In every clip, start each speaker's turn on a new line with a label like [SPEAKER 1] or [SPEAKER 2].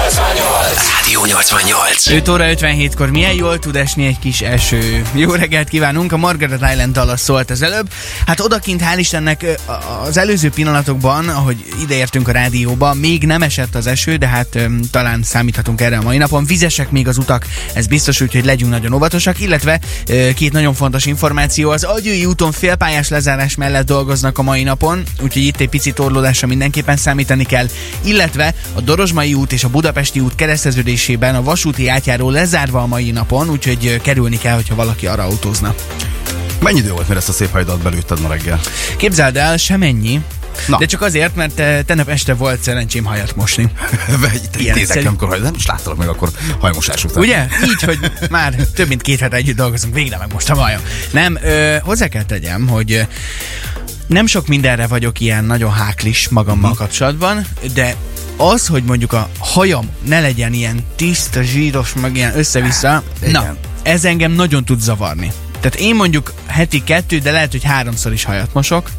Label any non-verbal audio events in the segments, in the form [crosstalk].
[SPEAKER 1] 88! Rádió 88!
[SPEAKER 2] 5 óra 57-kor milyen jól tud esni egy kis eső. Jó reggelt kívánunk, a Margaret Island dala szólt az előbb. Hát odakint, hál' Istennek, az előző pillanatokban, ahogy ideértünk a rádióba, még nem esett az eső, de hát öm, talán számíthatunk erre a mai napon. Vizesek még az utak, ez biztos, úgyhogy legyünk nagyon óvatosak, illetve ö, két nagyon fontos információ. Az Agyői úton félpályás lezárás mellett dolgoznak a mai napon, úgyhogy itt egy pici torlódásra mindenképpen számítani kell, illetve a Dorozsmai út és a Budapesti út kereszteződésében a vasúti átjáró lezárva a mai napon, úgyhogy ö, kerülni kell, hogyha valaki arra autózna.
[SPEAKER 3] Mennyi idő volt, mire ezt a szép hajdat belőtted ma reggel? [laughs]
[SPEAKER 2] Képzeld el, semennyi.
[SPEAKER 3] Na.
[SPEAKER 2] Na. De csak azért, mert te, tegnap este volt szerencsém hajat mosni.
[SPEAKER 3] Vagy te
[SPEAKER 2] Ilyen
[SPEAKER 3] nézek,
[SPEAKER 2] szerű.
[SPEAKER 3] amikor haj, nem is láttalak meg akkor hajmosás után.
[SPEAKER 2] Ugye? Így, hogy már több mint két hete együtt dolgozunk, végre meg most a bajom. Nem, ö, hozzá kell tegyem, hogy ö, nem sok mindenre vagyok ilyen nagyon háklis magammal kapcsolatban, de az, hogy mondjuk a hajam ne legyen ilyen tiszta, zsíros, meg ilyen össze-vissza, na,
[SPEAKER 3] Igen.
[SPEAKER 2] ez engem nagyon tud zavarni. Tehát én mondjuk heti kettő, de lehet, hogy háromszor is hajat mosok.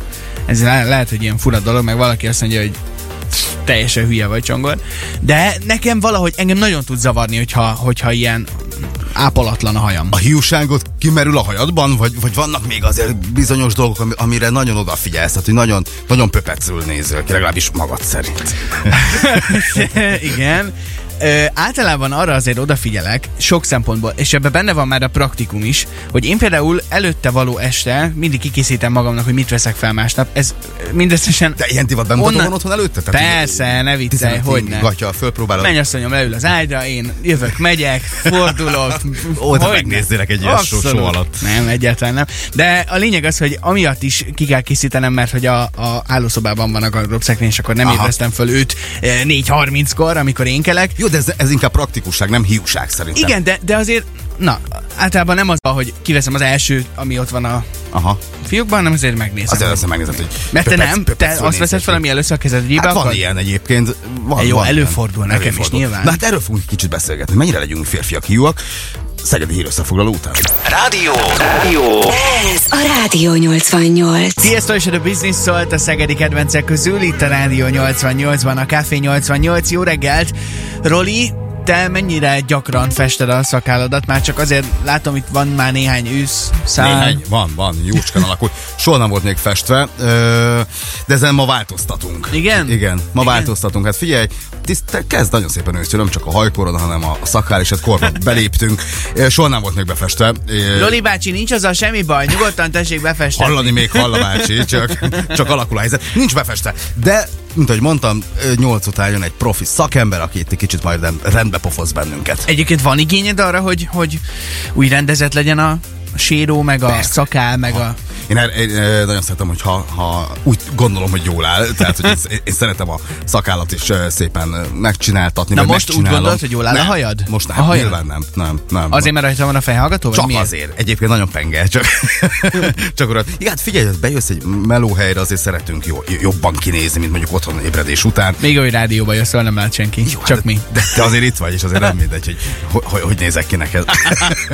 [SPEAKER 2] Ez le- lehet, hogy ilyen fura dolog, meg valaki azt mondja, hogy teljesen hülye vagy csongor. De nekem valahogy engem nagyon tud zavarni, hogyha, hogyha ilyen ápolatlan a
[SPEAKER 3] [laughs]
[SPEAKER 2] hajam.
[SPEAKER 3] A hiúságot kimerül a hajadban, vagy, vagy vannak még azért bizonyos dolgok, ami, amire nagyon odafigyelsz, tehát hogy nagyon, nagyon pöpecül nézel ki, legalábbis magad szerint.
[SPEAKER 2] Igen. Ö, általában arra azért odafigyelek, sok szempontból, és ebben benne van már a praktikum is, hogy én például előtte való este mindig kikészítem magamnak, hogy mit veszek fel másnap. Ez ö, mindösszesen...
[SPEAKER 3] De ilyen divat bemutató
[SPEAKER 2] Onnan-
[SPEAKER 3] van otthon előtte?
[SPEAKER 2] Persze, ne viccelj, hogy ne.
[SPEAKER 3] Gatya, fölpróbálod.
[SPEAKER 2] Menj asszonyom, leül az ágyra, én jövök, megyek, fordulok.
[SPEAKER 3] Ó, de
[SPEAKER 2] Hogyne.
[SPEAKER 3] megnézzélek egy ilyen só-
[SPEAKER 2] Abszolút.
[SPEAKER 3] só alatt.
[SPEAKER 2] Nem, egyáltalán nem. De a lényeg az, hogy amiatt is ki kell készítenem, mert hogy a, a állószobában van a gardróbszekrény, és akkor nem
[SPEAKER 3] Aha.
[SPEAKER 2] ébresztem föl őt eh, 4.30-kor, amikor én kelek.
[SPEAKER 3] Jó, de ez, ez inkább praktikusság, nem hiúság szerintem.
[SPEAKER 2] Igen, de, de azért, na, általában nem az, van, hogy kiveszem az első, ami ott van a
[SPEAKER 3] Aha.
[SPEAKER 2] fiókban, hanem azért megnézem.
[SPEAKER 3] Azért azt megnézed, hogy
[SPEAKER 2] mert te
[SPEAKER 3] pöpec-
[SPEAKER 2] nem, te
[SPEAKER 3] pöpecül
[SPEAKER 2] azt veszed
[SPEAKER 3] nézel
[SPEAKER 2] fel,
[SPEAKER 3] ki.
[SPEAKER 2] ami először a kezedbe
[SPEAKER 3] Hát van
[SPEAKER 2] akar?
[SPEAKER 3] ilyen egyébként. Van,
[SPEAKER 2] Jó,
[SPEAKER 3] van ilyen.
[SPEAKER 2] előfordul nekem is nyilván.
[SPEAKER 3] Na hát erről fogunk egy kicsit beszélgetni. Mennyire legyünk férfiak hiúak? Szegedi hírösszefoglaló után.
[SPEAKER 1] Rádió! Rádió!
[SPEAKER 4] Ez a Rádió 88.
[SPEAKER 2] Tiesto és a The Business szólt a szegedi kedvencek közül, itt a Rádió 88-ban, a Café 88. Jó reggelt! Roli, te mennyire gyakran fested a szakálladat? Már csak azért látom, itt van már néhány ősz, szál.
[SPEAKER 3] Néhány, van, van, jócskán alakul. Soha nem volt még festve, ö, de ezen ma változtatunk.
[SPEAKER 2] Igen?
[SPEAKER 3] Igen, ma
[SPEAKER 2] Igen.
[SPEAKER 3] változtatunk. Hát figyelj, tiszt, te kezd nagyon szépen ősztől, nem csak a hajkorod, hanem a, a szakál és hát
[SPEAKER 2] [laughs]
[SPEAKER 3] korba beléptünk. Ö, Soha nem volt még befestve. Ö,
[SPEAKER 2] Loli bácsi, nincs azzal semmi baj, nyugodtan tessék befesteni.
[SPEAKER 3] Hallani még halla bácsi, csak, csak alakul a helyzet. Nincs befeste. De, mint ahogy mondtam, ö, nyolc után jön egy profi szakember, aki itt egy kicsit majd rend- rendbe pofoz bennünket.
[SPEAKER 2] Egyébként van igényed arra, hogy, hogy úgy rendezett legyen a séró, meg a Persze. szakál, meg a...
[SPEAKER 3] Én, er, én ö, nagyon szeretem, hogy ha, ha úgy gondolom, hogy jól áll, tehát hogy ez, én szeretem a szakállat is ö, szépen ö, megcsináltatni.
[SPEAKER 2] Na
[SPEAKER 3] vagy
[SPEAKER 2] most úgy
[SPEAKER 3] megcsinálom.
[SPEAKER 2] gondolod, hogy jól áll a
[SPEAKER 3] nem,
[SPEAKER 2] hajad?
[SPEAKER 3] Most nem,
[SPEAKER 2] A hajad?
[SPEAKER 3] nyilván nem. nem, nem
[SPEAKER 2] Azért, mert rajta van a fejhallgató? vagy
[SPEAKER 3] Csak
[SPEAKER 2] miért?
[SPEAKER 3] azért. Egyébként nagyon penge,
[SPEAKER 2] [laughs]
[SPEAKER 3] csak, csak urat. Igen, hát figyelj, hogy bejössz egy melóhelyre, azért szeretünk jó, jobban kinézni, mint mondjuk otthon ébredés után.
[SPEAKER 2] Még olyan rádióba jössz, ahol nem lát senki. Jó, Csak
[SPEAKER 3] hát,
[SPEAKER 2] mi.
[SPEAKER 3] De te azért itt vagy, és azért nem mindegy, hogy hogy, hogy, hogy nézek ki
[SPEAKER 2] [laughs]
[SPEAKER 3] neked.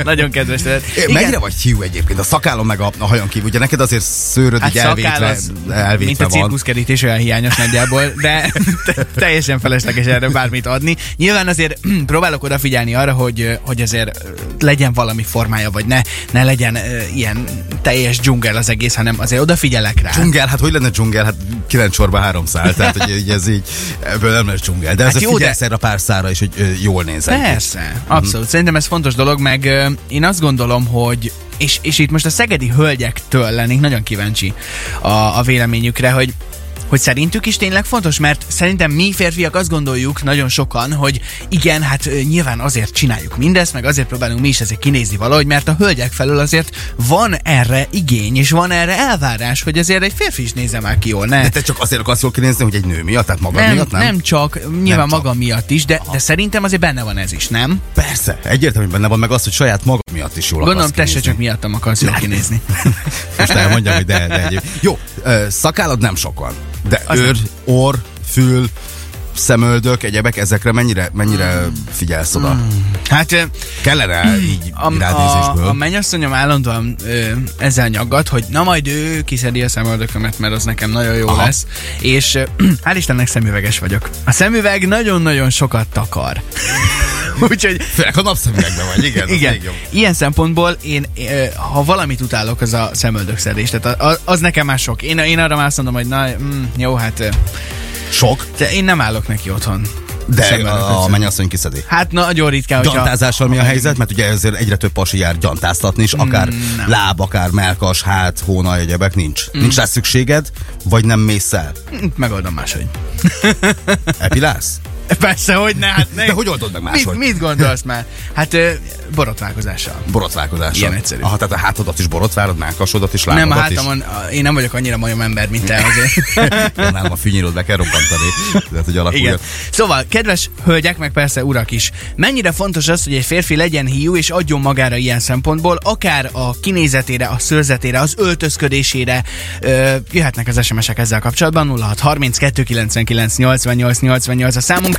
[SPEAKER 2] Nagyon kedves tőled.
[SPEAKER 3] É, Mennyire vagy hiú egyébként? A szakállom meg a, a hajon kívül. Ugye neked azért szőröd
[SPEAKER 2] Hát
[SPEAKER 3] így
[SPEAKER 2] szakál
[SPEAKER 3] elvétve,
[SPEAKER 2] az,
[SPEAKER 3] elvétve
[SPEAKER 2] mint a
[SPEAKER 3] van.
[SPEAKER 2] cirkuszkerítés olyan hiányos nagyjából,
[SPEAKER 3] [laughs]
[SPEAKER 2] de te- teljesen felesleges erre bármit adni. Nyilván azért [clears throat] próbálok odafigyelni arra, hogy, hogy azért ö, legyen valami formája, vagy ne, ne legyen ö, ilyen teljes dzsungel az egész, hanem azért odafigyelek rá.
[SPEAKER 3] Dzsungel, hát hogy lenne dzsungel? Hát kilenc sorba három szál, tehát hogy így ez így, ebből nem lesz dzsungel. De ez
[SPEAKER 2] Hát
[SPEAKER 3] hát
[SPEAKER 2] jó,
[SPEAKER 3] jó,
[SPEAKER 2] de-
[SPEAKER 3] figyelsz erre a pár szára is, hogy ö, jól nézel. ki.
[SPEAKER 2] Persze, abszolút. Mhm. Szerintem ez fontos dolog, meg ö, én azt gondolom, hogy és, és itt most a szegedi hölgyektől lennék nagyon kíváncsi a, a véleményükre, hogy hogy szerintük is tényleg fontos, mert szerintem mi férfiak azt gondoljuk nagyon sokan, hogy igen, hát ö, nyilván azért csináljuk mindezt, meg azért próbálunk mi is ezért kinézni valahogy, mert a hölgyek felől azért van erre igény, és van erre elvárás, hogy azért egy férfi is nézze már ki jól, ne?
[SPEAKER 3] De Hát te csak azért akarsz jól kinézni, hogy egy nő miatt, tehát magad
[SPEAKER 2] nem,
[SPEAKER 3] miatt, nem?
[SPEAKER 2] nem csak, nyilván
[SPEAKER 3] Nem
[SPEAKER 2] nem
[SPEAKER 3] csak.
[SPEAKER 2] maga miatt is, de, de szerintem azért benne van ez is, nem?
[SPEAKER 3] Persze, egyértelműen benne van meg az, hogy saját magad miatt is jól
[SPEAKER 2] Gondolom,
[SPEAKER 3] akarsz
[SPEAKER 2] te se
[SPEAKER 3] kinézni.
[SPEAKER 2] csak miattam akarsz jól kinézni.
[SPEAKER 3] Most elmondjam, hogy de, de egyéb. Jó, ö, szakállad nem sokan, de
[SPEAKER 2] Az
[SPEAKER 3] őr, orr, fül, szemöldök, egyebek, ezekre mennyire, mennyire
[SPEAKER 2] Hmm.
[SPEAKER 3] figyelsz oda?
[SPEAKER 2] Hát ö,
[SPEAKER 3] Kellene így
[SPEAKER 2] Hmm. a, a,
[SPEAKER 3] ránézésből?
[SPEAKER 2] a mennyasszonyom állandóan ö, ezzel nyaggat, hogy na majd ő kiszedi a szemöldökömet, mert az nekem nagyon jó
[SPEAKER 3] Aha.
[SPEAKER 2] Aha. lesz. És ö, [clears throat] hál' Istennek szemüveges vagyok. A szemüveg nagyon-nagyon sokat takar. [laughs] Úgyhogy
[SPEAKER 3] Főleg a napszemüvegben vagy, igen. az
[SPEAKER 2] igen,
[SPEAKER 3] még jobb.
[SPEAKER 2] ilyen szempontból én, ö, ha valamit utálok, az a szemöldökszedés. Tehát a- a- az nekem már sok. Én, én arra már azt mondom, hogy na, mm, jó, hát ö,
[SPEAKER 3] Sok,
[SPEAKER 2] te, én nem állok neki otthon.
[SPEAKER 3] de
[SPEAKER 2] Szemöldököt
[SPEAKER 3] a, a
[SPEAKER 2] szedni.
[SPEAKER 3] mennyasszony kiszedi.
[SPEAKER 2] Hát nagyon ritkán,
[SPEAKER 3] Gyantázással mi a helyzet? Mert ugye ezért egyre több pasi jár gyantáztatni,
[SPEAKER 2] Hmm,
[SPEAKER 3] és akár láb, akár melkas, hát, hóna, egyebek nincs.
[SPEAKER 2] Hmm.
[SPEAKER 3] Nincs rá szükséged, vagy nem mész el?
[SPEAKER 2] Megoldom máshogy.
[SPEAKER 3] Epilálsz?
[SPEAKER 2] Persze, hogy ne,
[SPEAKER 3] [laughs]
[SPEAKER 2] hát ne.
[SPEAKER 3] De hogy oldod meg máshogy?
[SPEAKER 2] Mit, mit gondolsz már? Hát ö, borotválkozással.
[SPEAKER 3] Borotválkodással.
[SPEAKER 2] Ilyen egyszerű.
[SPEAKER 3] Aha, tehát a hátadat is borotválod, melkasodat is, lábadat
[SPEAKER 2] Nem, a
[SPEAKER 3] is.
[SPEAKER 2] hátamon, a- én nem vagyok annyira majom ember, mint te
[SPEAKER 3] [laughs]
[SPEAKER 2] azért.
[SPEAKER 3] Igen, nálam a fűnyírót be kell robbantani. Tehát, hogy alakuljon.
[SPEAKER 2] Igen. Szóval, kedves hölgyek, meg persze urak is, mennyire fontos az, hogy egy férfi legyen hiú és adjon magára ilyen szempontból, akár a kinézetére, a szőrzetére, az öltözködésére. Ö, jöhetnek az SMS-ek ezzel kapcsolatban, 06 32 99 88 88 a számunk.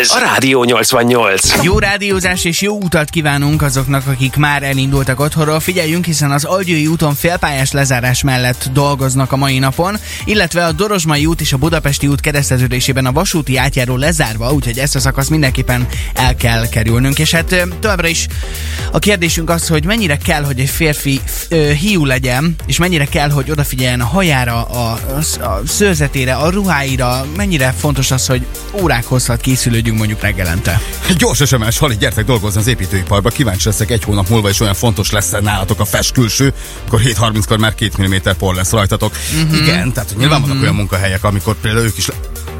[SPEAKER 1] Ez a Rádió 88.
[SPEAKER 2] Jó rádiózás és jó utat kívánunk azoknak, akik már elindultak otthonról. Figyeljünk, hiszen az Algyői úton félpályás lezárás mellett dolgoznak a mai napon, illetve a Dorosmai út és a Budapesti út kereszteződésében a vasúti átjáró lezárva, úgyhogy ezt a szakaszt mindenképpen el kell kerülnünk. És hát ö, továbbra is a kérdésünk az, hogy mennyire kell, hogy egy férfi ö, hiú legyen, és mennyire kell, hogy odafigyeljen a hajára, a, a, a szőrzetére, a ruháira, mennyire fontos az, hogy órák hosszat készülődjünk mondjuk reggelente.
[SPEAKER 3] Gyors SMS, Hali, gyertek dolgozni az építőiparba. Kíváncsi leszek egy hónap múlva, és olyan fontos lesz nálatok a fest külső, akkor 7.30-kor már 2 mm por lesz rajtatok.
[SPEAKER 2] Mhm.
[SPEAKER 3] Mm-hmm. Igen, tehát hogy nyilván mm-hmm. vannak olyan munkahelyek, amikor például ők is le-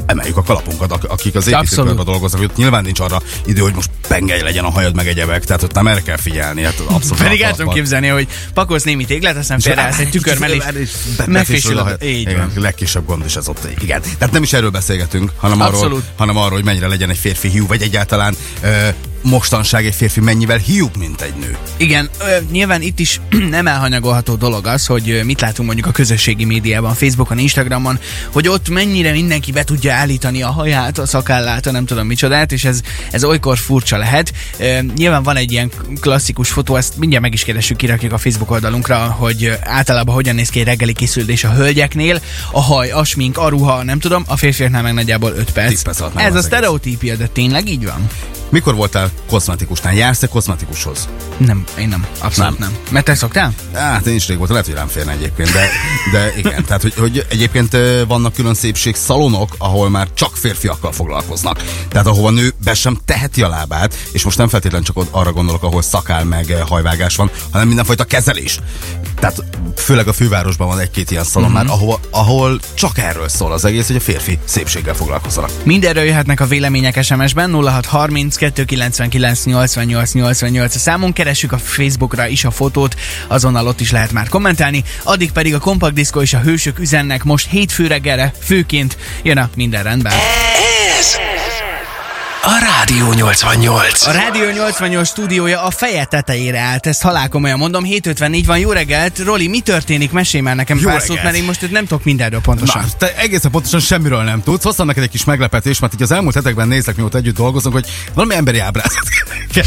[SPEAKER 3] emeljük a kalapunkat, ak- akik az építőiparban
[SPEAKER 2] Abszolút.
[SPEAKER 3] dolgoznak, hogy ott nyilván nincs arra idő, hogy most pengely legyen a hajad meg egyebek, tehát ott nem erre kell figyelni, hát abszolút.
[SPEAKER 2] Pedig el
[SPEAKER 3] alkalmat
[SPEAKER 2] tudom
[SPEAKER 3] van.
[SPEAKER 2] képzelni, hogy pakolsz némi téglát, aztán
[SPEAKER 3] És
[SPEAKER 2] félreállsz egy tükör mellé,
[SPEAKER 3] és
[SPEAKER 2] és
[SPEAKER 3] be-
[SPEAKER 2] megfésülöd.
[SPEAKER 3] befésülöd a-
[SPEAKER 2] Így
[SPEAKER 3] Igen,
[SPEAKER 2] van.
[SPEAKER 3] a legkisebb gond is ez ott. Igen. Tehát nem is erről beszélgetünk, hanem arról,
[SPEAKER 2] Abszolút.
[SPEAKER 3] hanem arról, hogy mennyire legyen egy férfi hiú, vagy egyáltalán ö, mostanság egy férfi mennyivel hiúbb, mint egy nő.
[SPEAKER 2] Igen, ö, nyilván itt is [clears throat] nem elhanyagolható dolog az, hogy ö, mit látunk mondjuk a közösségi médiában, Facebookon, Instagramon, hogy ott mennyire mindenki be tudja állítani a haját, a szakállát, a nem tudom micsodát, és ez, ez olykor furcsa lehet. Ö, nyilván van egy ilyen klasszikus fotó, ezt mindjárt meg is keresünk, kirakjuk a Facebook oldalunkra, hogy ö, általában hogyan néz ki egy reggeli készülés a hölgyeknél, a haj, a smink, a ruha, nem tudom, a férfiaknál meg nagyjából 5
[SPEAKER 3] Tíz
[SPEAKER 2] perc.
[SPEAKER 3] perc alatt megvan
[SPEAKER 2] ez a
[SPEAKER 3] az egész.
[SPEAKER 2] sztereotípia, de tényleg így van?
[SPEAKER 3] Mikor voltál kozmetikusnál? Jársz-e kozmetikushoz?
[SPEAKER 2] Nem, én nem, abszolút nem.
[SPEAKER 3] Nem.
[SPEAKER 2] nem. Mert te szoktál?
[SPEAKER 3] Hát én is rég voltam, lehet, hogy rám férne egyébként, de, de igen. Tehát, hogy, hogy egyébként ö, vannak külön szépség szalonok, ahol már csak férfiakkal foglalkoznak. Tehát ahova nő be sem teheti a lábát, és most nem feltétlenül csak ott arra gondolok, ahol szakál meg ö, hajvágás van, hanem mindenfajta kezelés. Tehát főleg a fővárosban van egy-két ilyen szalon már, ahova, ahol csak erről szól az egész, hogy a férfi szépséggel foglalkozzanak.
[SPEAKER 2] Mindenről jöhetnek a vélemények SMS-ben 0630 299 88 88 a számon. Keressük a Facebookra is a fotót, azonnal ott is lehet már kommentálni. Addig pedig a Compact Disco és a Hősök üzennek most hétfő reggelre, főként jön a Minden Rendben.
[SPEAKER 1] Ez a Rádió 88.
[SPEAKER 2] A Rádió 88 stúdiója a feje tetejére állt, ezt halálkomolyan mondom. 7.54 van, jó reggelt. Roli, mi történik? Mesélj már nekem
[SPEAKER 3] Jó
[SPEAKER 2] pár
[SPEAKER 3] reggelt.
[SPEAKER 2] szót, mert én most itt nem tudok mindenről pontosan.
[SPEAKER 3] Na, te egészen pontosan semmiről nem tudsz. Hoztam neked egy kis meglepetést, mert így az elmúlt hetekben nézlek, mióta együtt dolgozunk, hogy valami emberi ábrázat [laughs] ke-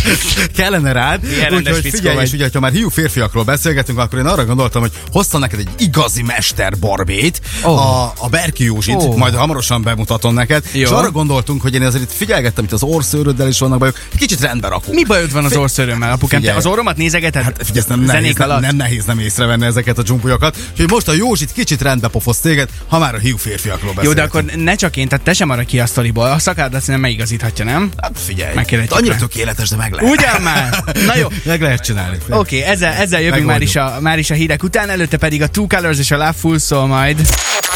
[SPEAKER 3] kellene rád.
[SPEAKER 2] rendes
[SPEAKER 3] Úgyhogy
[SPEAKER 2] fickó
[SPEAKER 3] figyelj,
[SPEAKER 2] vagy.
[SPEAKER 3] és ugye, ha már hiú férfiakról beszélgetünk, akkor én arra gondoltam, hogy hoztam neked egy igazi mester barbét,
[SPEAKER 2] Ó.
[SPEAKER 3] a, a Berki Józsit,
[SPEAKER 2] Ó.
[SPEAKER 3] majd hamarosan bemutatom neked.
[SPEAKER 2] Jó.
[SPEAKER 3] És arra gondoltunk, hogy én ezért itt figyelgettem, itt az orszőröddel is vannak bajok, kicsit rendbe rakunk.
[SPEAKER 2] Mi baj ott van az orszörömmel, apukám? Te
[SPEAKER 3] Figyelj.
[SPEAKER 2] az orromat nézegeted? Hát,
[SPEAKER 3] Figyelj, ez nem nehéz,
[SPEAKER 2] Zenék
[SPEAKER 3] nem,
[SPEAKER 2] alatt?
[SPEAKER 3] nem nehéz nem észrevenni ezeket a dzsumpulyokat. Úgyhogy most a Józsit kicsit rendbe pofosz téged, ha már a hiú férfiakról beszélünk.
[SPEAKER 2] Jó, de akkor ne csak én, tehát te sem maradj ki a sztoriból. A szakádat nem megigazíthatja, nem?
[SPEAKER 3] Hát figyelj,
[SPEAKER 2] Megkérhetjük
[SPEAKER 3] annyira
[SPEAKER 2] rá.
[SPEAKER 3] tökéletes, de meg lehet.
[SPEAKER 2] Ugyan már? Na jó.
[SPEAKER 3] meg lehet csinálni.
[SPEAKER 2] Oké, okay, ezzel, ezzel jövünk már is, a, már is a hírek után, előtte pedig a Two Colors és a Love Full Soul majd.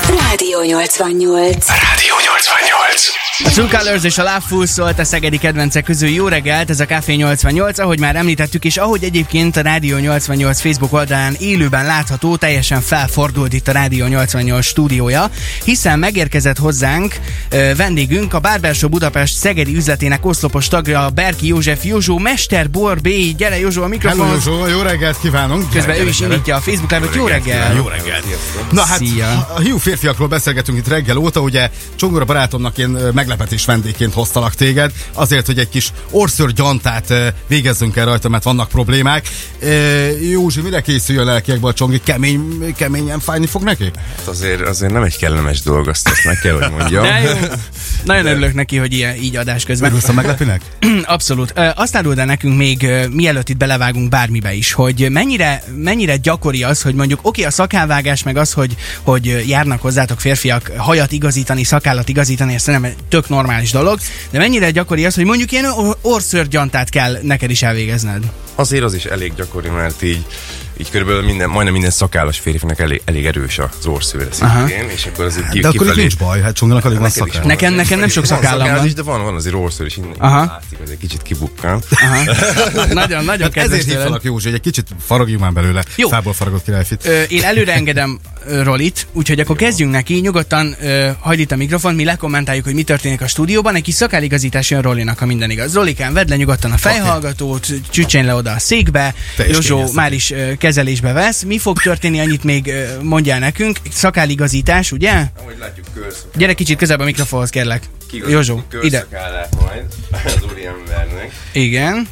[SPEAKER 4] Rádió 88.
[SPEAKER 1] Rádió 88.
[SPEAKER 2] A True Colors és a Love Fool szólt a szegedi kedvencek közül. Jó reggelt, ez a Café 88, ahogy már említettük, és ahogy egyébként a Rádió 88 Facebook oldalán élőben látható, teljesen felfordult itt a Rádió 88 stúdiója, hiszen megérkezett hozzánk ö, vendégünk, a Bárbelső Budapest szegedi üzletének oszlopos tagja, Berki József Józsó, Mester Bor B. Gyere Józsó a
[SPEAKER 3] Hello,
[SPEAKER 2] mikrofonhoz.
[SPEAKER 3] Józsó, jó reggelt kívánunk!
[SPEAKER 2] Közben ő
[SPEAKER 3] Gyere,
[SPEAKER 2] is
[SPEAKER 3] gyere, gyere.
[SPEAKER 2] indítja a Facebook live Jó reggel!
[SPEAKER 3] Jó reggelt! Na hát,
[SPEAKER 2] Szia.
[SPEAKER 3] a hiú férfiakról beszélgetünk itt reggel óta, ugye Csongora barátomnak én ö, meglepetés vendégként hoztalak téged, azért, hogy egy kis orszörgyantát ö, végezzünk el rajta, mert vannak problémák. Ö, Józsi, mire készül a lelkiekből a Csongi? Kemény, keményen fájni fog neki?
[SPEAKER 5] Hát azért, azért nem egy kellemes dolog, azt, azt meg kell, hogy
[SPEAKER 2] [laughs]
[SPEAKER 5] mondjam.
[SPEAKER 2] De jó.
[SPEAKER 3] [laughs]
[SPEAKER 2] Nagyon örülök neki, hogy ilyen, így adás közben.
[SPEAKER 3] Megúszom meglepinek?
[SPEAKER 2] [clears throat] Abszolút. Ö, Azt áruld el nekünk még, ö, mielőtt itt belevágunk bármibe is, hogy mennyire, mennyire gyakori az, hogy mondjuk oké, a szakálvágás, meg az, hogy, hogy járnak hozzátok férfiak hajat igazítani, szakállat igazítani, ez szerintem egy tök normális dolog, de mennyire gyakori az, hogy mondjuk ilyen or- orszörgyantát kell neked is elvégezned.
[SPEAKER 5] Azért az is elég gyakori, mert így, így körülbelül minden, majdnem minden szakállas férfinek elég, elég erős az orszőre szintén, és akkor az így
[SPEAKER 3] De akkor itt
[SPEAKER 5] kifelé...
[SPEAKER 3] nincs baj, hát Csongának alig van
[SPEAKER 5] Neked is
[SPEAKER 3] szakáll.
[SPEAKER 5] van
[SPEAKER 2] Nekem-
[SPEAKER 5] azért.
[SPEAKER 2] nekem nem sok
[SPEAKER 5] Van
[SPEAKER 2] szakállam
[SPEAKER 5] szakáll
[SPEAKER 2] van.
[SPEAKER 5] Is, de van, van azért orszőr is, innen
[SPEAKER 2] Aha.
[SPEAKER 5] Aha. látszik, azért kicsit kibukkan. [laughs]
[SPEAKER 2] [laughs] Nagyon, nagyon
[SPEAKER 3] Hát
[SPEAKER 2] kedves
[SPEAKER 3] Ezért
[SPEAKER 2] tőled.
[SPEAKER 3] hívtalak Józsi, hogy egy kicsit faragjunk már belőle.
[SPEAKER 2] Jó.
[SPEAKER 3] Jó. Fából faragott királyfit.
[SPEAKER 2] Ö, én előre engedem ö, Rolit, úgyhogy akkor kezdjünk neki. Nyugodtan ö, hagyd itt a mikrofon, mi lekommentáljuk, hogy mi történik a stúdióban. Egy kis szakáligazítás jön Rolinak, ha minden igaz. Rolikán, vedd le nyugodtan a fejhallgatót, csücsény le oda a székbe,
[SPEAKER 3] Te is
[SPEAKER 2] Józsó
[SPEAKER 3] kényeztetek.
[SPEAKER 2] már is ö, kezelésbe vesz. Mi fog történni, annyit még ö, mondjál nekünk. Szakáligazítás, ugye?
[SPEAKER 5] Ahogy látjuk, körszak,
[SPEAKER 2] Gyere kicsit közelebb a mikrofonhoz, kérlek. Józsó, ide.
[SPEAKER 5] majd [laughs] az úriembernek.
[SPEAKER 2] Igen.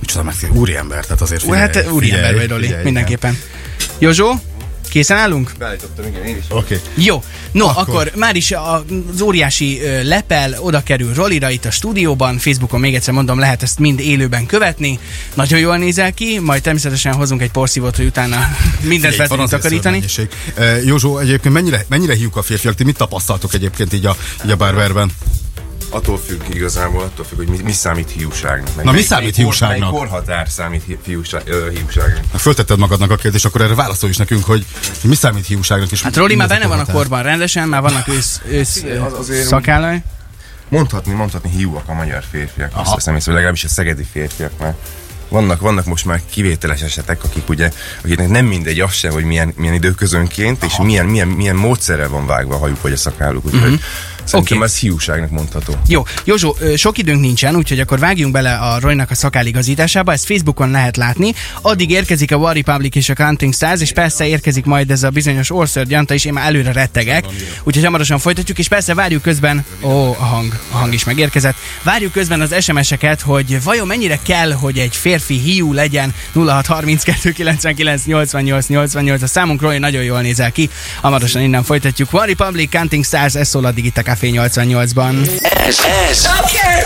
[SPEAKER 3] Micsoda meg, úriember, tehát azért
[SPEAKER 2] Ú,
[SPEAKER 3] figyelj,
[SPEAKER 2] Hát úriember vagy, Roli,
[SPEAKER 3] figyelj,
[SPEAKER 2] mindenképpen. Józsó, készen állunk?
[SPEAKER 5] Beállítottam, igen, én is.
[SPEAKER 3] igen. Oké. Okay.
[SPEAKER 2] Jó, no, akkor,
[SPEAKER 3] Akkor.
[SPEAKER 2] akkor már is a- az óriási ö, lepel oda kerül Rolira itt a stúdióban, Facebookon még egyszer mondom, lehet ezt mind élőben követni. Nagyon jól nézel ki, majd természetesen hozunk egy porszívót, hogy utána [laughs] mindent fel tudjuk takarítani.
[SPEAKER 3] Mennyiség. E, Józsó, egyébként mennyire, mennyire hiúk a férfiak? Ti mit tapasztaltok egyébként így a, így a barberben?
[SPEAKER 5] Attól függ igazából, attól függ, hogy mi, mi számít hiúságnak. Meg
[SPEAKER 3] Na, mi
[SPEAKER 5] melyik-
[SPEAKER 3] számít
[SPEAKER 5] melyik kor-
[SPEAKER 3] hiúságnak?
[SPEAKER 5] Melyik korhatár számít hi- hiúsa- ö, hiúságnak?
[SPEAKER 3] Hát Föltetted magadnak a kérdést, akkor erre válaszolj is nekünk, hogy mi számít hiúságnak is.
[SPEAKER 2] Hát Roli már
[SPEAKER 3] Mi az
[SPEAKER 2] benne van a
[SPEAKER 3] határ?
[SPEAKER 2] korban rendesen, már vannak ősz, ősz
[SPEAKER 5] Figyelj, az azért-
[SPEAKER 2] szakállai.
[SPEAKER 5] Mondhatni, mondhatni hiúak a magyar férfiak, azt hiszem észre, legalábbis a szegedi férfiaknak. Vannak, vannak most már kivételes esetek, akik ugye, akiknek nem mindegy az sem, hogy milyen, milyen időközönként, és milyen, milyen, milyen módszerrel van vágva a hajuk vagy a szakálluk, úgyhogy uh-huh. szerintem
[SPEAKER 2] Oké.
[SPEAKER 5] okay. ez hiúságnak mondható.
[SPEAKER 2] Jó, Józsó, ö, sok időnk nincsen, úgyhogy akkor vágjunk bele a Roynak a szakáligazításába, ezt Facebookon lehet látni. Addig érkezik a War Republic és a Counting Stars, és persze érkezik majd ez a bizonyos Orször Gyanta, és én már előre rettegek, úgyhogy hamarosan folytatjuk, és persze várjuk közben, ó, a hang, a hang is megérkezett, várjuk közben az SMS-eket, hogy vajon mennyire kell, hogy egy férfi hiú legyen 0632 99 88 88, a számunk Roy nagyon jól nézel ki, hamarosan innen folytatjuk. War Republic, Counting Stars, ez szól addig itt a Café 88-ban.
[SPEAKER 1] Ez, ez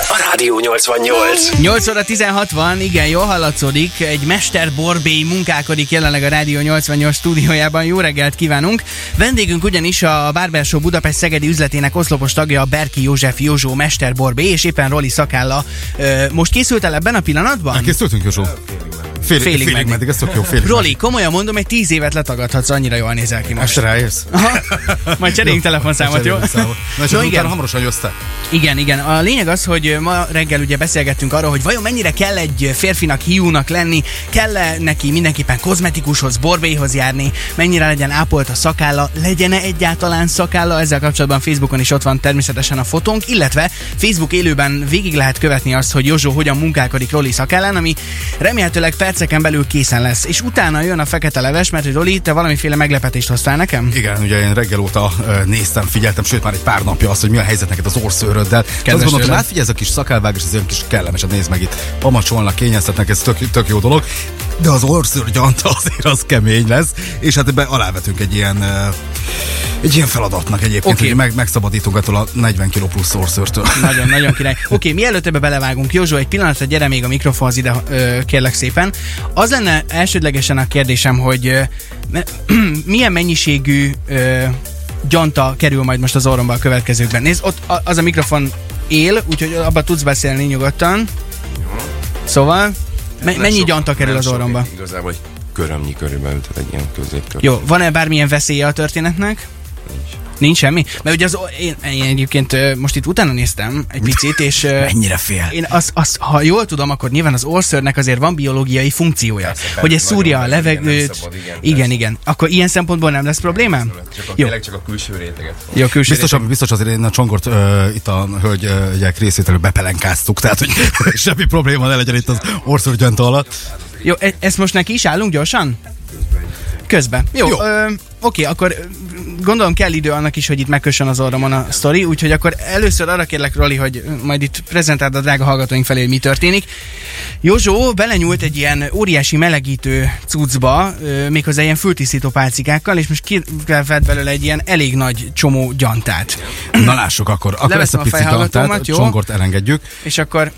[SPEAKER 1] a Rádió 88.
[SPEAKER 2] 8 óra 16 van, igen, jól hallatszódik. Egy mester borbély munkálkodik jelenleg a Rádió 88 stúdiójában. Jó reggelt kívánunk! Vendégünk ugyanis a Barber Show Budapest szegedi üzletének oszlopos tagja, Berki József Józsó mester borbély, és éppen Roli szakálla. Ö, Most készült el ebben a pillanatban?
[SPEAKER 3] Elkészültünk, Józsó? Félig,
[SPEAKER 2] Félig
[SPEAKER 3] félig, félig
[SPEAKER 2] meddig.
[SPEAKER 3] meddig, ez tök jó, félig
[SPEAKER 2] Roli, komolyan mondom, egy tíz évet letagadhatsz, annyira jól nézel ki
[SPEAKER 3] meddig. Ezt
[SPEAKER 2] most.
[SPEAKER 3] ráérsz? Hát,
[SPEAKER 2] Aha. Majd cseréljünk telefonszámot, Hát, [laughs] jó?
[SPEAKER 3] Cserélünk számot. Na és
[SPEAKER 2] No,
[SPEAKER 3] akkor
[SPEAKER 2] igen.
[SPEAKER 3] utána hamarosan jössz te.
[SPEAKER 2] Igen, igen. A lényeg az, hogy ma reggel ugye beszélgettünk arról, hogy vajon mennyire kell egy férfinak hiúnak lenni, kell -e neki mindenképpen kozmetikushoz, borbéhoz járni, mennyire legyen ápolt a szakálla, legyen egyáltalán szakálla, ezzel kapcsolatban Facebookon is ott van természetesen a fotónk, illetve Facebook élőben végig lehet követni azt, hogy Józsó hogyan munkálkodik Roli szakállán, ami remélhetőleg perceken belül készen lesz. És utána jön a fekete leves, mert hogy Roli, te valamiféle meglepetést hoztál nekem?
[SPEAKER 3] Igen, ugye én reggel óta ö, néztem, figyeltem, sőt már egy pár napja azt, hogy mi a helyzet neked az orszőröddel. És Azt gondoltam,
[SPEAKER 2] tőled.
[SPEAKER 3] hát figyelj, ez a kis szakálvágás, ez olyan kis kellemes, hát nézd meg itt, pamacsolnak, kényeztetnek, ez tök, tök jó dolog. De az orszőrgyanta azért az kemény lesz, és hát ebbe alávetünk egy ilyen ö, egy ilyen feladatnak egyébként,
[SPEAKER 2] Oké.
[SPEAKER 3] okay. hogy meg, megszabadítunk attól a 40 kg plusz orszőrtől. [laughs]
[SPEAKER 2] Nagyon, nagyon király. Oké, okay, mielőtt ebbe belevágunk, Józsó, egy pillanatra gyere még a mikrofonhoz ide, ö, kérlek szépen. Az lenne elsődlegesen a kérdésem, hogy ö, me- [clears throat] milyen mennyiségű ö, gyanta kerül majd most az orromba a következőkben. Nézd, ott a, az a mikrofon él, úgyhogy abba tudsz beszélni nyugodtan. Szóval, me-
[SPEAKER 5] Nem
[SPEAKER 2] mennyi
[SPEAKER 5] sok-
[SPEAKER 2] gyanta kerül
[SPEAKER 5] nem
[SPEAKER 2] az
[SPEAKER 5] sok,
[SPEAKER 2] orromba?
[SPEAKER 5] Igazából egy körömnyi körülbelül, tehát egy ilyen középkör.
[SPEAKER 2] Jó, van-e bármilyen veszélye a történetnek? Nincs. Nincs semmi? Mert ugye az, én, én egyébként ö, most itt utána néztem egy picit, és... ö,
[SPEAKER 6] Mennyire fél?
[SPEAKER 2] Én az, az, ha jól tudom, akkor nyilván az orszörnek azért van biológiai funkciója,
[SPEAKER 5] persze,
[SPEAKER 2] hogy ez
[SPEAKER 5] nagyon
[SPEAKER 2] szúrja a
[SPEAKER 5] nagy, igen, nem
[SPEAKER 2] levegőt.
[SPEAKER 5] szabad, igen,
[SPEAKER 2] igen,
[SPEAKER 5] persze.
[SPEAKER 2] igen. Akkor ilyen szempontból nem lesz problémám?
[SPEAKER 5] Csak a,
[SPEAKER 2] Jó,
[SPEAKER 5] tényleg csak a külső réteget.
[SPEAKER 2] jó, külső
[SPEAKER 3] Biztos, biztos azért én a csongort ö, itt a hölgyek részvételő bepelenkáztuk, tehát hogy [laughs] semmi probléma ne legyen itt az orszörgyönt alatt.
[SPEAKER 2] Jó, e- ezt most neki is állunk gyorsan? Közben. Jó,
[SPEAKER 3] Jó.
[SPEAKER 2] Jó. Ö, oké, akkor ö, gondolom kell idő annak is, hogy itt megkössön az orromon a sztori, úgyhogy akkor először arra kérlek, Roli, hogy ö, majd itt prezentáld a drága hallgatóink felé, hogy mi történik. Józsó belenyúlt egy ilyen óriási melegítő cuccba, ö, méghozzá ilyen fültisztító pálcikákkal, és most kivett belőle egy ilyen elég nagy csomó gyantát.
[SPEAKER 3] Na lássuk akkor. Akkor
[SPEAKER 2] Leveszem
[SPEAKER 3] ezt a
[SPEAKER 2] a
[SPEAKER 3] pici
[SPEAKER 2] fejhallgatómat,
[SPEAKER 3] dantát,
[SPEAKER 2] jó?
[SPEAKER 3] csongort elengedjük.
[SPEAKER 2] És akkor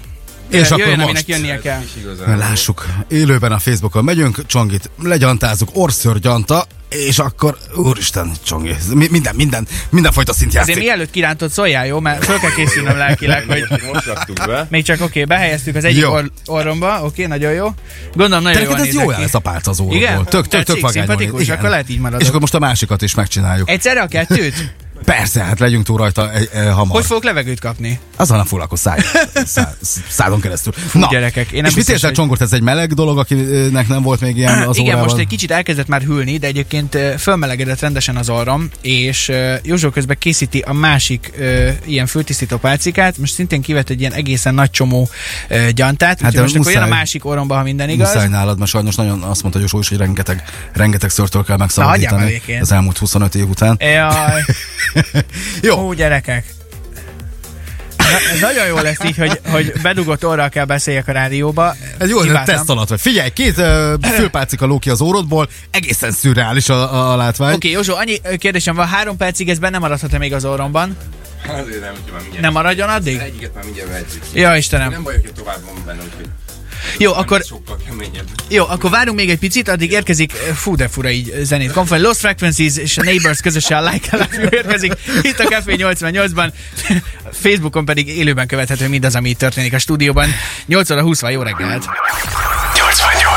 [SPEAKER 3] És akkor
[SPEAKER 2] jöjjön,
[SPEAKER 3] most. Hát
[SPEAKER 2] aminek jönnie kell.
[SPEAKER 3] Na, Lássuk, élőben a Facebookon megyünk, Csongit legyantázunk, orszörgyanta, és akkor, úristen, Csongi, mi- minden, minden, mindenfajta szint
[SPEAKER 2] Azért
[SPEAKER 3] játszik.
[SPEAKER 2] mielőtt kirántod, szóljál, jó? Mert föl kell készülnöm lelkileg, hogy
[SPEAKER 5] Most raktuk be.
[SPEAKER 2] Még csak oké, okay, behelyeztük az egyik
[SPEAKER 3] Jó.
[SPEAKER 2] or- orromba, oké, okay, nagyon jó. Gondolom nagyon
[SPEAKER 3] Te neked
[SPEAKER 2] jól
[SPEAKER 3] ez
[SPEAKER 2] nézek
[SPEAKER 3] jó
[SPEAKER 2] ki.
[SPEAKER 3] lesz a pálca az orrodból.
[SPEAKER 2] Igen?
[SPEAKER 3] Tök, tök, tök
[SPEAKER 2] Tetszik,
[SPEAKER 3] vagányban.
[SPEAKER 2] szimpatikus, akkor lehet így maradok.
[SPEAKER 3] És akkor most a másikat is megcsináljuk.
[SPEAKER 2] Egyszerre a
[SPEAKER 3] [laughs]
[SPEAKER 2] kettőt?
[SPEAKER 3] Persze, hát legyünk túl rajta e, e, hamar.
[SPEAKER 2] Hogy fogok levegőt kapni?
[SPEAKER 3] Azon a fulakos
[SPEAKER 2] [laughs]
[SPEAKER 3] száj, szá, szádon keresztül. Na,
[SPEAKER 2] gyerekek, én nem
[SPEAKER 3] és mit
[SPEAKER 2] biztos,
[SPEAKER 3] érzel
[SPEAKER 2] hogy-
[SPEAKER 3] Csongort? Ez egy meleg dolog, akinek nem volt még ilyen Hm, az
[SPEAKER 2] Igen,
[SPEAKER 3] órával?
[SPEAKER 2] most egy kicsit elkezdett már hűlni, de egyébként ö, fölmelegedett rendesen az orrom, és uh, Józsó közben készíti a másik uh, ilyen főtisztító pálcikát, most szintén kivett egy ilyen egészen nagy csomó uh, gyantát, hát
[SPEAKER 3] de
[SPEAKER 2] úgyhogy most akkor jön a
[SPEAKER 3] muszáj.
[SPEAKER 2] másik orromba, ha minden igaz.
[SPEAKER 3] Muszáj nálad, mert sajnos nagyon azt mondta Jósó is, hogy rengeteg, rengeteg szörtől kell
[SPEAKER 2] Na, hagyjál
[SPEAKER 3] megszabadítani
[SPEAKER 2] már békén.
[SPEAKER 3] az elmúlt 25 év után.
[SPEAKER 2] Jaj,
[SPEAKER 3] [laughs] Jó,
[SPEAKER 2] ó gyerekek. Na, ez nagyon jó lesz így, hogy, hogy bedugott orral kell beszéljek a rádióba.
[SPEAKER 3] ez jó, ez egy
[SPEAKER 2] Kiváltam.
[SPEAKER 3] teszt alatt vagy. Figyelj, két ö, fülpácika ló ki az órodból, egészen szürreális a, a, a látvány.
[SPEAKER 2] Oké, okay, Józsó, annyi ö, kérdésem van, három percig ez benne maradhat-e még az orromban?
[SPEAKER 5] Azért nem, hogyha már mindjárt.
[SPEAKER 2] Nem maradjon addig?
[SPEAKER 5] Egyiket már mindjárt vehetjük.
[SPEAKER 2] Ja, Istenem.
[SPEAKER 5] Nem baj, hogy tovább van benne, úgyhogy
[SPEAKER 2] Jó, akkor,
[SPEAKER 5] sokkal keményebb.
[SPEAKER 2] jó, akkor várunk még egy picit, addig érkezik, ö, fú de fura így ö, zenét, Confine Lost Frequencies és a Neighbors közösen a Like a Love You érkezik, itt a Café 88-ban, Facebookon pedig élőben követhető mindaz, ami itt történik a stúdióban. 8 óra 20 van, jó reggelt!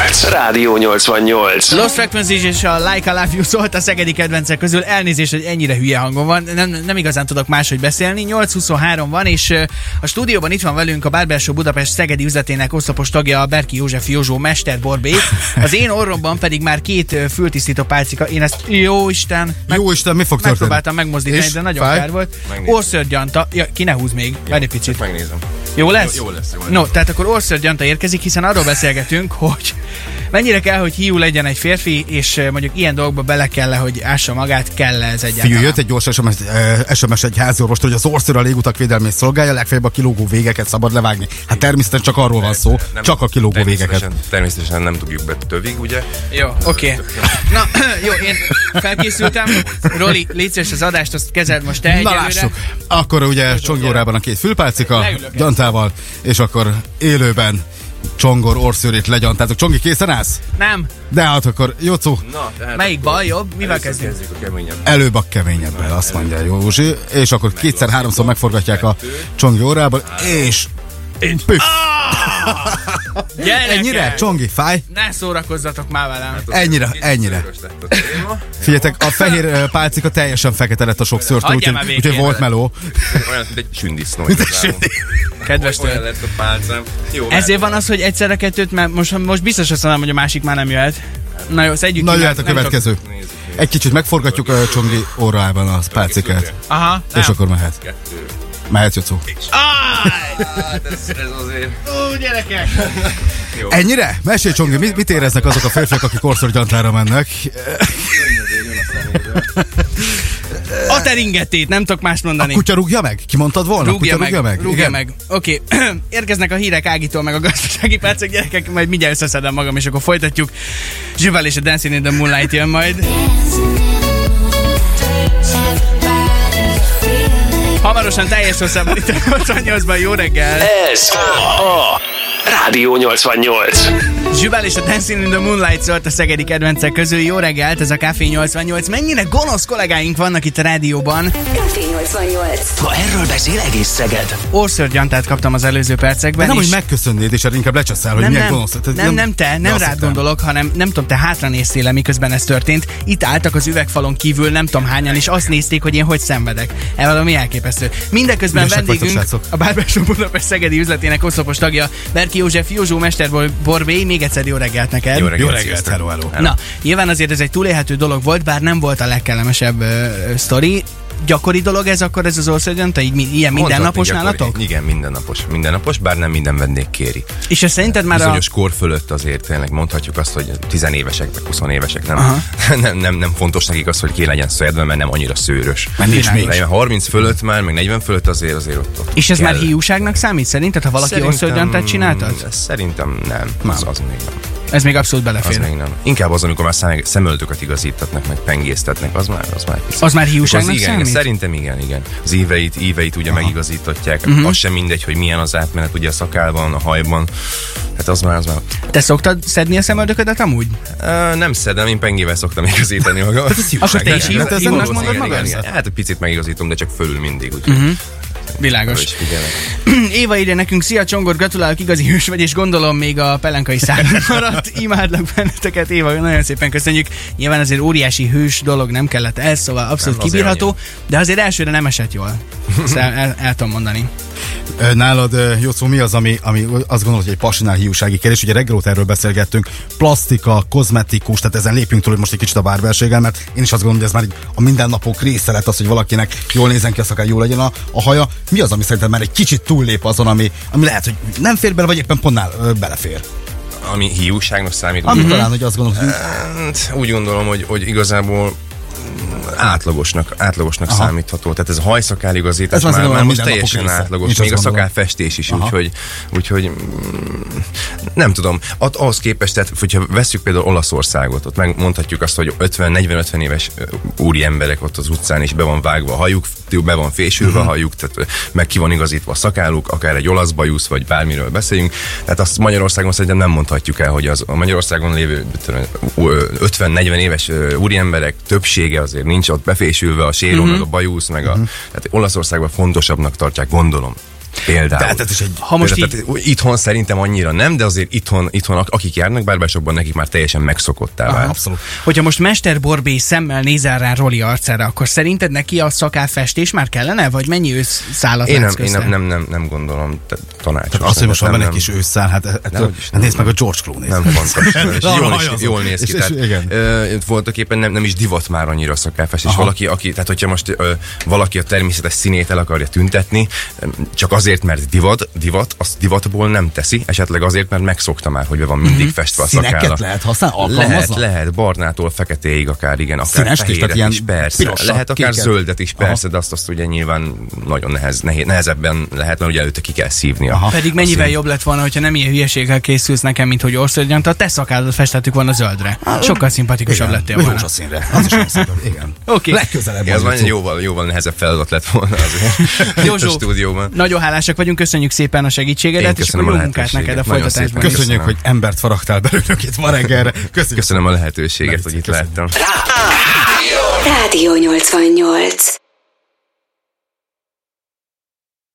[SPEAKER 1] 88. Rádió 88.
[SPEAKER 2] Lost Frequencies és a Like a Love You szólt a szegedi kedvencek közül. Elnézést, hogy ennyire hülye hangom van. Nem, nem igazán tudok máshogy beszélni. 8.23 van, és ö, a stúdióban itt van velünk a Bárbersó Budapest szegedi üzletének oszlopos tagja, a Berki József Józsó Mester Borbé. Az én orromban pedig már két ö, fültisztító pálcika. Én ezt, jó Isten, meg,
[SPEAKER 3] Jó Isten, mi fog történni?
[SPEAKER 2] megpróbáltam megmozdítani,
[SPEAKER 3] És
[SPEAKER 2] de nagyon
[SPEAKER 3] fáj?
[SPEAKER 2] kár volt.
[SPEAKER 5] Megnézem.
[SPEAKER 2] Orszörgyanta, ja, ki ne húz még, várj egy picit.
[SPEAKER 5] Csak megnézem.
[SPEAKER 2] Jó lesz?
[SPEAKER 5] Jó- jó lesz, jó lesz.
[SPEAKER 2] No, tehát akkor Orször Gyanta érkezik, hiszen arról beszélgetünk, [laughs] hogy mennyire kell, hogy hiú legyen egy férfi, és eh, mondjuk ilyen dolgokba bele kell hogy ássa magát, kell ez
[SPEAKER 3] Figyelj,
[SPEAKER 2] egyáltalán.
[SPEAKER 3] jött egy gyors SMS, eh, SMS egy házi orvost, hogy az orször a légutak védelmét szolgálja, legfeljebb a kilógó végeket szabad levágni. Hát természetesen csak arról van szó,
[SPEAKER 5] Nem-
[SPEAKER 3] csak a kilógó végeket.
[SPEAKER 5] természetesen- Természetesen nem tudjuk be tövig, ugye?
[SPEAKER 2] Jó, oké. Okay. Na, [clears throat] jó, én felkészültem. Roli, légy szíves, az adást, azt kezeld most te
[SPEAKER 3] Na
[SPEAKER 2] egyelőre.
[SPEAKER 3] lássuk. Akkor ugye csongórában a két fülpálcika,
[SPEAKER 2] Leülök.
[SPEAKER 3] gyantával, és akkor élőben csongor orszőrét legyantázok. Csongi, készen állsz?
[SPEAKER 2] Nem,
[SPEAKER 3] De hát akkor, Jocó,
[SPEAKER 5] Na, tehát
[SPEAKER 2] melyik
[SPEAKER 5] akkor
[SPEAKER 2] bal jobb? Mivel
[SPEAKER 5] először
[SPEAKER 2] kezdünk?
[SPEAKER 5] Kezdjük a keményebb.
[SPEAKER 3] előbb a keményebben, azt mondja Józsi, és akkor kétszer-háromszor megforgatják a csongi órából, és püff,
[SPEAKER 2] Gyerekek!
[SPEAKER 3] ennyire, csongi, fáj,
[SPEAKER 2] Ne szórakozzatok már velem.
[SPEAKER 3] ennyire, ennyire.
[SPEAKER 5] Szörös lett a téma.
[SPEAKER 3] Figyeljetek, a fehér ö, pálcika teljesen fekete lett a sok szőrtől, úgyhogy,
[SPEAKER 2] Hagyjál már
[SPEAKER 3] úgyhogy
[SPEAKER 2] békén.
[SPEAKER 3] volt meló.
[SPEAKER 5] Olyan, mint egy sündisznó. igazából.
[SPEAKER 2] Kedves
[SPEAKER 5] Olyan
[SPEAKER 2] tőled.
[SPEAKER 5] lett a pálcám. Jó, hát-
[SPEAKER 2] Ezért van az, hogy egyszerre kettőt, mert most, most biztos azt mondom, hogy a másik már nem jöhet. Na jó, szedjük
[SPEAKER 3] Na
[SPEAKER 2] ki,
[SPEAKER 3] jöhet a
[SPEAKER 2] mert nem tudok-
[SPEAKER 3] következő. Egy kicsit megforgatjuk a csongi órában a pálcikát,
[SPEAKER 2] Aha,
[SPEAKER 3] és
[SPEAKER 2] nem.
[SPEAKER 3] akkor mehet.
[SPEAKER 5] Kettő.
[SPEAKER 3] Mehet, Jocó.
[SPEAKER 5] Hát ez, ez azért...
[SPEAKER 2] Ó, gyerekek!
[SPEAKER 3] Ennyire? Mesélj, Csongi, mit, mit éreznek azok a férfiak, akik orszorgyantára mennek?
[SPEAKER 2] A teringetét, nem tudok más mondani.
[SPEAKER 3] Kutya rúgja meg? Kimondtad volna?
[SPEAKER 2] Rúgja
[SPEAKER 3] Kutya
[SPEAKER 2] meg,
[SPEAKER 3] rúgja meg?
[SPEAKER 2] rúgja
[SPEAKER 3] Igen?
[SPEAKER 2] meg. Oké, [clears throat] okay. érkeznek a hírek Ágitól, meg a gazdasági percek, gyerekek, majd mindjárt összeszedem magam, és akkor folytatjuk. Zsüvel és a Dancing in the Moonlight jön majd. Hamarosan teljes hosszában itt a 88-ban, jó reggel!
[SPEAKER 1] Ez a Rádió 88.
[SPEAKER 2] Zsübel és a Dancing in the Moonlight szólt a szegedi kedvencek közül. Jó reggelt, ez a Café 88. Mennyire gonosz kollégáink vannak itt a rádióban.
[SPEAKER 4] Café 88.
[SPEAKER 1] Ha erről beszél egész Szeged.
[SPEAKER 2] Orszörgyantát kaptam az előző percekben.
[SPEAKER 3] Nem,
[SPEAKER 2] és-
[SPEAKER 3] hogy megköszönnéd, és erre inkább lecseszel, hogy
[SPEAKER 2] nem,
[SPEAKER 3] milyen
[SPEAKER 2] nem,
[SPEAKER 3] gonosz. Tehát
[SPEAKER 2] nem, nem te, nem
[SPEAKER 3] azt
[SPEAKER 2] rád
[SPEAKER 3] hittem.
[SPEAKER 2] gondolok, hanem nem tudom, te hátra néztél -e, miközben ez történt. Itt álltak az üvegfalon kívül, nem tudom hányan, és azt nézték, hogy én hogy szenvedek. Ez valami elképesztő. Mindeközben
[SPEAKER 3] Ügyesek
[SPEAKER 2] vendégünk,
[SPEAKER 3] vagytok, srácok.
[SPEAKER 2] a Bárbásó Budapest Szegedi üzletének oszlopos tagja, Berki József Józsó Mesterbor Borbély, még egyszer jó reggelt neked.
[SPEAKER 3] Jó reggelt,
[SPEAKER 5] sziasztok.
[SPEAKER 3] hello, hello.
[SPEAKER 2] Na, nyilván azért ez egy túlélhető dolog volt, bár nem volt a legkellemesebb ö, ö, sztori. Gyakori dolog ez akkor ez az országgyanta, így mi- ilyen mindennapos
[SPEAKER 5] Mondhatni gyakori-
[SPEAKER 2] nálatok?
[SPEAKER 5] Igen, mindennapos. Mindennapos, bár nem minden vendég kéri.
[SPEAKER 2] És ez szerinted már a...
[SPEAKER 5] Bizonyos kor fölött azért tényleg mondhatjuk azt, hogy tizenévesek, meg 20 évesek nem, [laughs] nem, nem, nem, fontos nekik az, hogy ki legyen szedve, mert nem annyira szőrös.
[SPEAKER 3] Mert nincs még.
[SPEAKER 5] Mert 30 fölött már, meg 40 fölött azért azért ott, ott
[SPEAKER 2] És ez
[SPEAKER 5] kell.
[SPEAKER 2] már hiúságnak számít szerinted, ha valaki
[SPEAKER 5] Szerintem-
[SPEAKER 2] orszörgyantát csináltad?
[SPEAKER 5] Szerintem nem. Az, az még nem.
[SPEAKER 2] Ez még abszolút
[SPEAKER 5] Az
[SPEAKER 2] belefér.
[SPEAKER 5] még nem. Inkább az, amikor már szem- szemöldököt igazítatnak, meg pengésztetnek, az már az már
[SPEAKER 2] Az már hiúságnak
[SPEAKER 5] igen,
[SPEAKER 2] számít?
[SPEAKER 5] Szerintem igen, igen. Az éveit, éveit ugye Aha. megigazítatják.
[SPEAKER 2] Mhm.
[SPEAKER 5] Az sem mindegy, hogy milyen az átmenet ugye a szakában, a hajban. Hát az már, az már.
[SPEAKER 2] Te szoktad szedni a szemöldöködet amúgy?
[SPEAKER 5] Uh, nem szedem, én pengével szoktam igazítani magam. Ez
[SPEAKER 2] Akkor te is
[SPEAKER 5] hiúság,
[SPEAKER 2] hív-
[SPEAKER 5] nem? Hát ez
[SPEAKER 2] hívnak
[SPEAKER 5] valószínű,
[SPEAKER 2] mondod
[SPEAKER 5] igen,
[SPEAKER 2] magad?
[SPEAKER 5] igen, igen. Hát egy picit megigazítom, de csak fölül mindig. Úgyhogy
[SPEAKER 3] Mhm.
[SPEAKER 5] uh-huh.
[SPEAKER 2] Világos. [clears throat] Éva írja nekünk, szia Csongor, gratulálok, igazi hős vagy, és gondolom még a pelenkai szárnyad [laughs] maradt. Imádlak benneteket, Éva, nagyon szépen köszönjük. Nyilván azért óriási hős dolog nem kellett ez, szóval abszolút
[SPEAKER 5] Nem, azért
[SPEAKER 2] kibírható, de azért elsőre nem esett jól. Ezt el, el, el tudom mondani.
[SPEAKER 3] Ö, Nálad, ö, Jocó, mi az, ami, ami azt gondolod, hogy egy pasinál hiúsági kérdés? Ugye reggel óta erről beszélgettünk, plastika, kozmetikus, tehát ezen lépjünk túl, hogy most egy kicsit a bárberséggel, mert én is azt gondolom, hogy ez már így a mindennapok része lett az, hogy valakinek jól nézen ki, az akár jól legyen a, a haja. Mi az, ami szerinted már egy kicsit túllép azon, ami, ami lehet, hogy nem fér bele, vagy éppen pont nál, ö, belefér?
[SPEAKER 5] Ami hiúságnak számít.
[SPEAKER 3] Ami talán, hogy azt gondolod, hogy
[SPEAKER 5] Hát, úgy gondolom, hogy, hogy igazából átlagosnak, átlagosnak
[SPEAKER 3] Aha.
[SPEAKER 5] számítható. Tehát ez a hajszakál
[SPEAKER 3] Ez
[SPEAKER 5] igazítás
[SPEAKER 3] azt
[SPEAKER 5] már, már
[SPEAKER 3] gondolom,
[SPEAKER 5] most
[SPEAKER 3] mindennapok
[SPEAKER 5] teljesen
[SPEAKER 3] része. Én
[SPEAKER 5] átlagos.
[SPEAKER 3] is
[SPEAKER 5] Még a
[SPEAKER 3] azt gondolom.
[SPEAKER 5] szakálfestés is,
[SPEAKER 3] Aha.
[SPEAKER 5] úgyhogy, úgyhogy mm, nem tudom. At, ahhoz képest, tehát, hogyha vesszük például Olaszországot, ott megmondhatjuk azt, hogy 50-40-50 éves ö, úri emberek ott az utcán is be van vágva a hajuk, be van fésülve
[SPEAKER 3] Mhm.
[SPEAKER 5] a hajuk, tehát ö, meg ki van igazítva a szakáluk, akár egy olasz bajusz, vagy bármiről beszéljünk. Tehát azt Magyarországon szerintem nem mondhatjuk el, hogy az a Magyarországon lévő mit tudom én, ö, 50-40 éves ö, úriemberek többsége azért nincs ott befésülve a séró,
[SPEAKER 3] Mhm.
[SPEAKER 5] meg a bajusz, meg a... Tehát Olaszországban fontosabbnak tartják, gondolom. Például.
[SPEAKER 3] Tehát ez is egy-
[SPEAKER 2] Ha most
[SPEAKER 5] Például, tehát itthon szerintem annyira nem, de azért itthon, itthon ak- akik járnak bárbásokban, nekik már teljesen megszokottá vált.
[SPEAKER 3] abszolút.
[SPEAKER 2] Hogyha most Mester Borbé szemmel nézel rá Roli arcára, akkor szerinted neki a szakáfestés már kellene? Vagy mennyi ősz szállat
[SPEAKER 5] Én, nem,
[SPEAKER 2] látsz
[SPEAKER 5] én
[SPEAKER 2] közte?
[SPEAKER 5] nem, nem, nem, nem gondolom te, tanácsos.
[SPEAKER 3] Tehát az, hogy most van
[SPEAKER 5] nem-
[SPEAKER 3] benne egy
[SPEAKER 5] nem-
[SPEAKER 3] kis ősszel, hát ettől,
[SPEAKER 5] Dehogyis nem.
[SPEAKER 3] nézd meg a George Clooney-t.
[SPEAKER 5] Nem fontos.
[SPEAKER 3] [laughs]
[SPEAKER 5] És
[SPEAKER 3] Arra
[SPEAKER 5] jól,
[SPEAKER 3] hajazol.
[SPEAKER 5] is, jól néz
[SPEAKER 3] És-
[SPEAKER 5] ki.
[SPEAKER 3] és
[SPEAKER 5] Tehát,
[SPEAKER 3] igen.
[SPEAKER 5] ö, voltak éppen nem, nem is divat már annyira a szakálfestés.
[SPEAKER 3] Aha.
[SPEAKER 5] Valaki, aki, tehát hogyha most ö, valaki a természetes színét el akarja tüntetni, ö, csak azért, mert divat, divat, azt divatból nem teszi, esetleg azért, mert megszokta már, hogy be van mindig festve a
[SPEAKER 3] Mhm. Színeket
[SPEAKER 5] szakálla.
[SPEAKER 3] lehet használni?
[SPEAKER 5] Lehet,
[SPEAKER 3] Alkalmaznak?
[SPEAKER 5] lehet, barnától feketéig akár, igen, akár
[SPEAKER 3] Színes kis,
[SPEAKER 5] fehéret
[SPEAKER 3] tehát ilyen
[SPEAKER 5] is, persze.
[SPEAKER 3] pirosat,
[SPEAKER 5] lehet akár
[SPEAKER 3] kéket.
[SPEAKER 5] zöldet is,
[SPEAKER 3] Aha.
[SPEAKER 5] persze, de azt, azt ugye nyilván nagyon nehez, nehéz, nehezebben lehet, mert ugye előtte ki kell szívnia.
[SPEAKER 3] Aha.
[SPEAKER 2] Pedig mennyivel jobb lett volna, hogyha nem ilyen hülyeséggel készülsz nekem, mint hogy orszörgyant, a te szakádat festettük volna zöldre. Sokkal szimpatikusabb
[SPEAKER 3] Igen,
[SPEAKER 2] lettél
[SPEAKER 3] vagy
[SPEAKER 2] volna.
[SPEAKER 3] rózsaszínre. Az is nagyon szép. Igen.
[SPEAKER 2] Oké.
[SPEAKER 3] Legközelebb.
[SPEAKER 5] Ja,
[SPEAKER 3] az
[SPEAKER 5] az már
[SPEAKER 3] Jocó.
[SPEAKER 5] jóval, jóval nehezebb feladat lett volna azért.
[SPEAKER 2] Józsó,
[SPEAKER 5] [laughs] a stúdióban.
[SPEAKER 2] nagyon hálásak vagyunk, köszönjük szépen a
[SPEAKER 5] Én
[SPEAKER 2] segítségedet, és
[SPEAKER 5] köszönöm
[SPEAKER 2] akkor jó
[SPEAKER 5] a
[SPEAKER 2] munkát neked
[SPEAKER 5] lehetőséget.
[SPEAKER 2] a
[SPEAKER 5] Nagyon
[SPEAKER 2] folytatásban.
[SPEAKER 5] szépen.
[SPEAKER 3] Köszönjük,
[SPEAKER 5] Köszönöm.
[SPEAKER 3] hogy embert faragtál belőlünk itt ma reggelre. Köszönjük.
[SPEAKER 5] Köszönöm a lehetőséget, hogy itt
[SPEAKER 3] Köszönöm.
[SPEAKER 5] láttam.
[SPEAKER 4] Rádió 88.